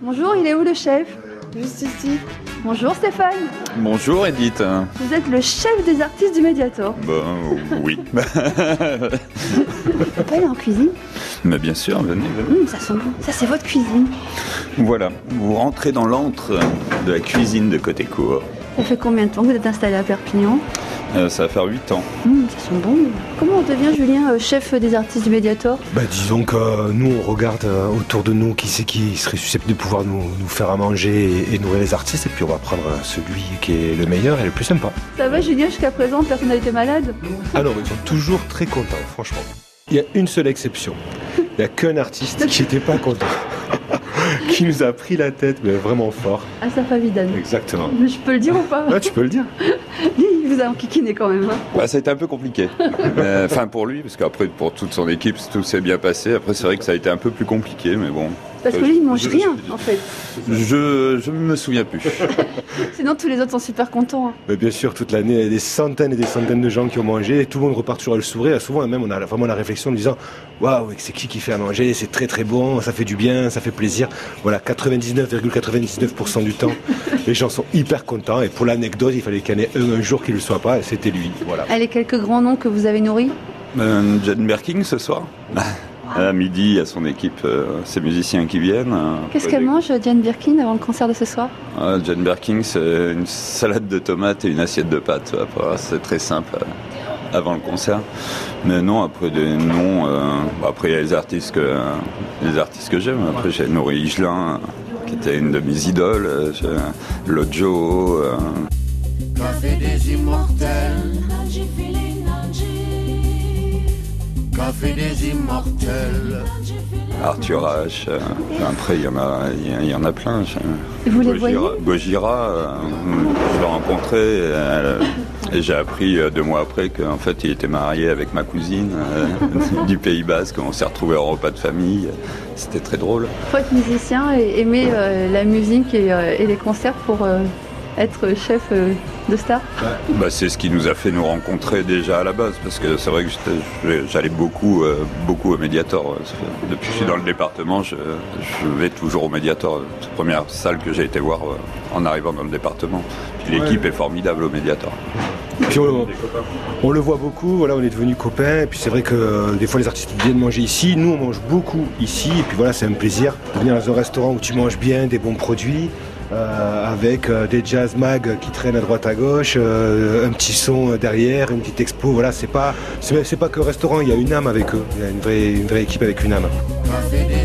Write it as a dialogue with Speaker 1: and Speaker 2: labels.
Speaker 1: Bonjour, il est où le chef
Speaker 2: Juste ici.
Speaker 1: Bonjour Stéphane.
Speaker 3: Bonjour Edith.
Speaker 1: Vous êtes le chef des artistes du Mediator.
Speaker 3: Bon, oui.
Speaker 1: On peut aller en cuisine
Speaker 3: Mais bien sûr, venez, venez.
Speaker 1: Hum, Ça sent bon. Ça, c'est votre cuisine.
Speaker 3: Voilà, vous rentrez dans l'antre de la cuisine de côté court.
Speaker 1: Ça fait combien de temps que vous êtes installé à Perpignan
Speaker 3: Euh, ça va faire 8 ans.
Speaker 1: Hum, Ça sent bon. Comment on devient, Julien, euh, chef des artistes du Mediator
Speaker 4: Bah disons que euh, nous on regarde euh, autour de nous qui c'est qui serait susceptible de pouvoir nous, nous faire à manger et, et nourrir les artistes et puis on va prendre euh, celui qui est le meilleur et le plus sympa.
Speaker 1: Ça va, Julien, jusqu'à présent, personne n'a été malade
Speaker 4: Ah non, mais ils sont toujours très contents, franchement. Il y a une seule exception. Il n'y a qu'un artiste qui n'était pas content. qui nous a pris la tête, mais vraiment fort.
Speaker 1: À sa Ah, Vidal.
Speaker 4: Exactement.
Speaker 1: Je peux le dire ou pas
Speaker 4: Là tu peux le dire.
Speaker 1: Lui, il vous a enquiquiné quand même. hein.
Speaker 3: Ouais, Bah, ça a été un peu compliqué. Euh, Enfin, pour lui, parce qu'après, pour toute son équipe, tout s'est bien passé. Après, c'est vrai que ça a été un peu plus compliqué, mais bon.
Speaker 1: Parce que
Speaker 3: Euh,
Speaker 1: lui, il mange
Speaker 3: je-
Speaker 1: rien, en fait.
Speaker 3: Je, je me souviens plus.
Speaker 1: Sinon, tous les autres sont super contents. hein.
Speaker 4: Mais bien sûr, toute l'année, il y a des centaines et des centaines de gens qui ont mangé, et tout le monde repart toujours à le sourire. Et souvent, même, on a vraiment la réflexion en disant Waouh, c'est qui qui fait à manger C'est très très bon, ça fait du bien, ça fait plaisir. Voilà, 99,99% du temps, les gens sont hyper contents. Et pour l'anecdote, il fallait qu'il y en ait un, un jour qui ne le soit pas, et c'était lui. Voilà.
Speaker 1: Allez, quelques grands noms que vous avez nourris
Speaker 3: Euh, John Merking ce soir à midi, à son équipe, euh, ses musiciens qui viennent. euh,
Speaker 1: Qu'est-ce qu'elle mange, Diane Birkin, avant le concert de ce soir
Speaker 3: Ah, John Berking, c'est une salade de tomates et une assiette de pâtes. Après, c'est très simple euh, avant le concert. Mais non, après des noms, euh, bah, après il y a les artistes que les artistes que j'aime. Après j'ai Nourri Higelin, euh, qui était une de mes idoles. euh, j'ai Lojo. euh,
Speaker 5: Café des immortels,
Speaker 6: Nanji feeling Nanji,
Speaker 5: café des immortels.
Speaker 6: Nanji feeling
Speaker 3: Arthur H. euh, après, il y en a, il y a- il y en a plein. Bah, je-
Speaker 1: Et vous les voyez
Speaker 3: Gojira, Gojira, euh, je l'ai rencontré et, elle- et j'ai appris euh, deux mois après qu'en fait il était marié avec ma cousine euh, du Pays Basque. On s'est retrouvés au repas de famille. C'était très drôle.
Speaker 1: Faut être musicien et aimer euh, la musique et, euh, et les concerts pour euh, être chef euh, de star.
Speaker 3: Bah, c'est ce qui nous a fait nous rencontrer déjà à la base parce que c'est vrai que j'étais- j'allais beaucoup, euh, beaucoup au Mediator. Depuis que je suis dans le département, je, je vais toujours au Mediator. C'est la première salle que j'ai été voir euh, en arrivant dans le département. Puis L'équipe est formidable au Mediator.
Speaker 4: Puis on, on le voit beaucoup, voilà, on est devenus copains. Et puis c'est vrai que euh, des fois les artistes viennent manger ici. Nous on mange beaucoup ici. Et puis voilà, c'est un plaisir de venir dans un restaurant où tu manges bien, des bons produits, euh, avec euh, des jazz mag qui traînent à droite à gauche, euh, un petit son euh, derrière, une petite expo. Voilà, c'est pas, c'est c'est pas que restaurant. Il y a une âme avec eux. Il y a une vraie, une vraie équipe avec une âme.
Speaker 5: Café des